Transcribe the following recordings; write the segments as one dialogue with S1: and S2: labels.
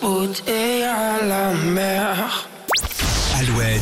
S1: route et à la mer.
S2: Alouette,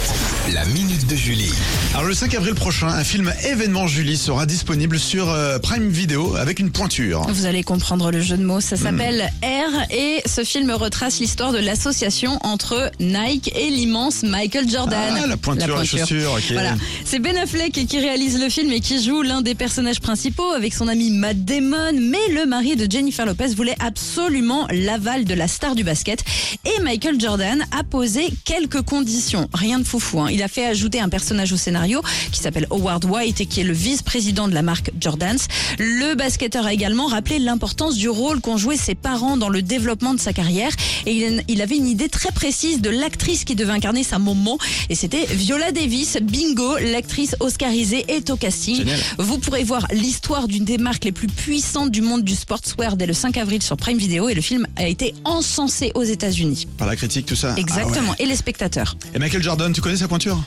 S2: la minute de Julie.
S3: Alors le 5 avril prochain, un film événement Julie sera disponible sur euh, Prime Video avec une pointure.
S4: Vous allez comprendre le jeu de
S3: Hmm.
S4: mots. Ça s'appelle R et ce film retrace l'histoire de l'association entre Nike et l'immense Michael Jordan.
S3: Ah, la pointure, les chaussures, ok.
S4: Voilà. C'est Ben Affleck qui réalise le film et qui joue l'un des personnages principaux avec son ami Matt Damon. Mais le mari de Jennifer Lopez voulait absolument l'aval de la star du basket et Michael Jordan a posé quelques conditions. Rien de foufou. hein. Il a fait ajouter un personnage au scénario qui s'appelle Howard White et qui est le vice-président de la marque Jordans. Le basketteur a également rappelé l'importance du rôle qu'ont joué ses parents dans le développement de sa carrière et il- il avait une idée très précise de l'actrice qui devait incarner sa maman et c'était Viola Davis. Bingo, l'actrice oscarisée est au casting.
S3: Génial.
S4: Vous pourrez voir l'histoire d'une des marques les plus puissantes du monde du sportswear dès le 5 avril sur Prime Video et le film a été encensé aux États-Unis.
S3: Par la critique, tout ça.
S4: Exactement.
S3: Ah
S4: Et les spectateurs.
S3: ouais. Et Michael Jordan, tu connais sa pointure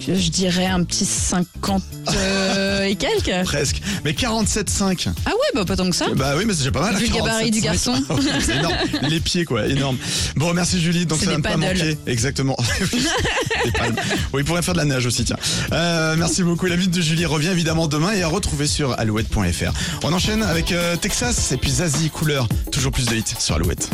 S4: Je, je dirais un petit 50 euh, et quelques.
S3: Presque. Mais 47,5.
S4: Ah ouais, bah pas tant que ça.
S3: Bah oui, mais c'est déjà pas mal.
S4: Vu le gabarit du
S3: 47,5.
S4: garçon.
S3: Ah ouais, c'est énorme. Les pieds, quoi, énorme. Bon, merci Julie. Donc
S4: C'est
S3: ça va
S4: des
S3: pas
S4: paddles.
S3: manquer. Exactement. Des palmes. oui, il pourrait faire de la nage aussi, tiens. Euh, merci beaucoup. La vie de Julie revient évidemment demain et à retrouver sur alouette.fr. On enchaîne avec euh, Texas et puis Zazie, couleur. Toujours plus de hits sur Alouette.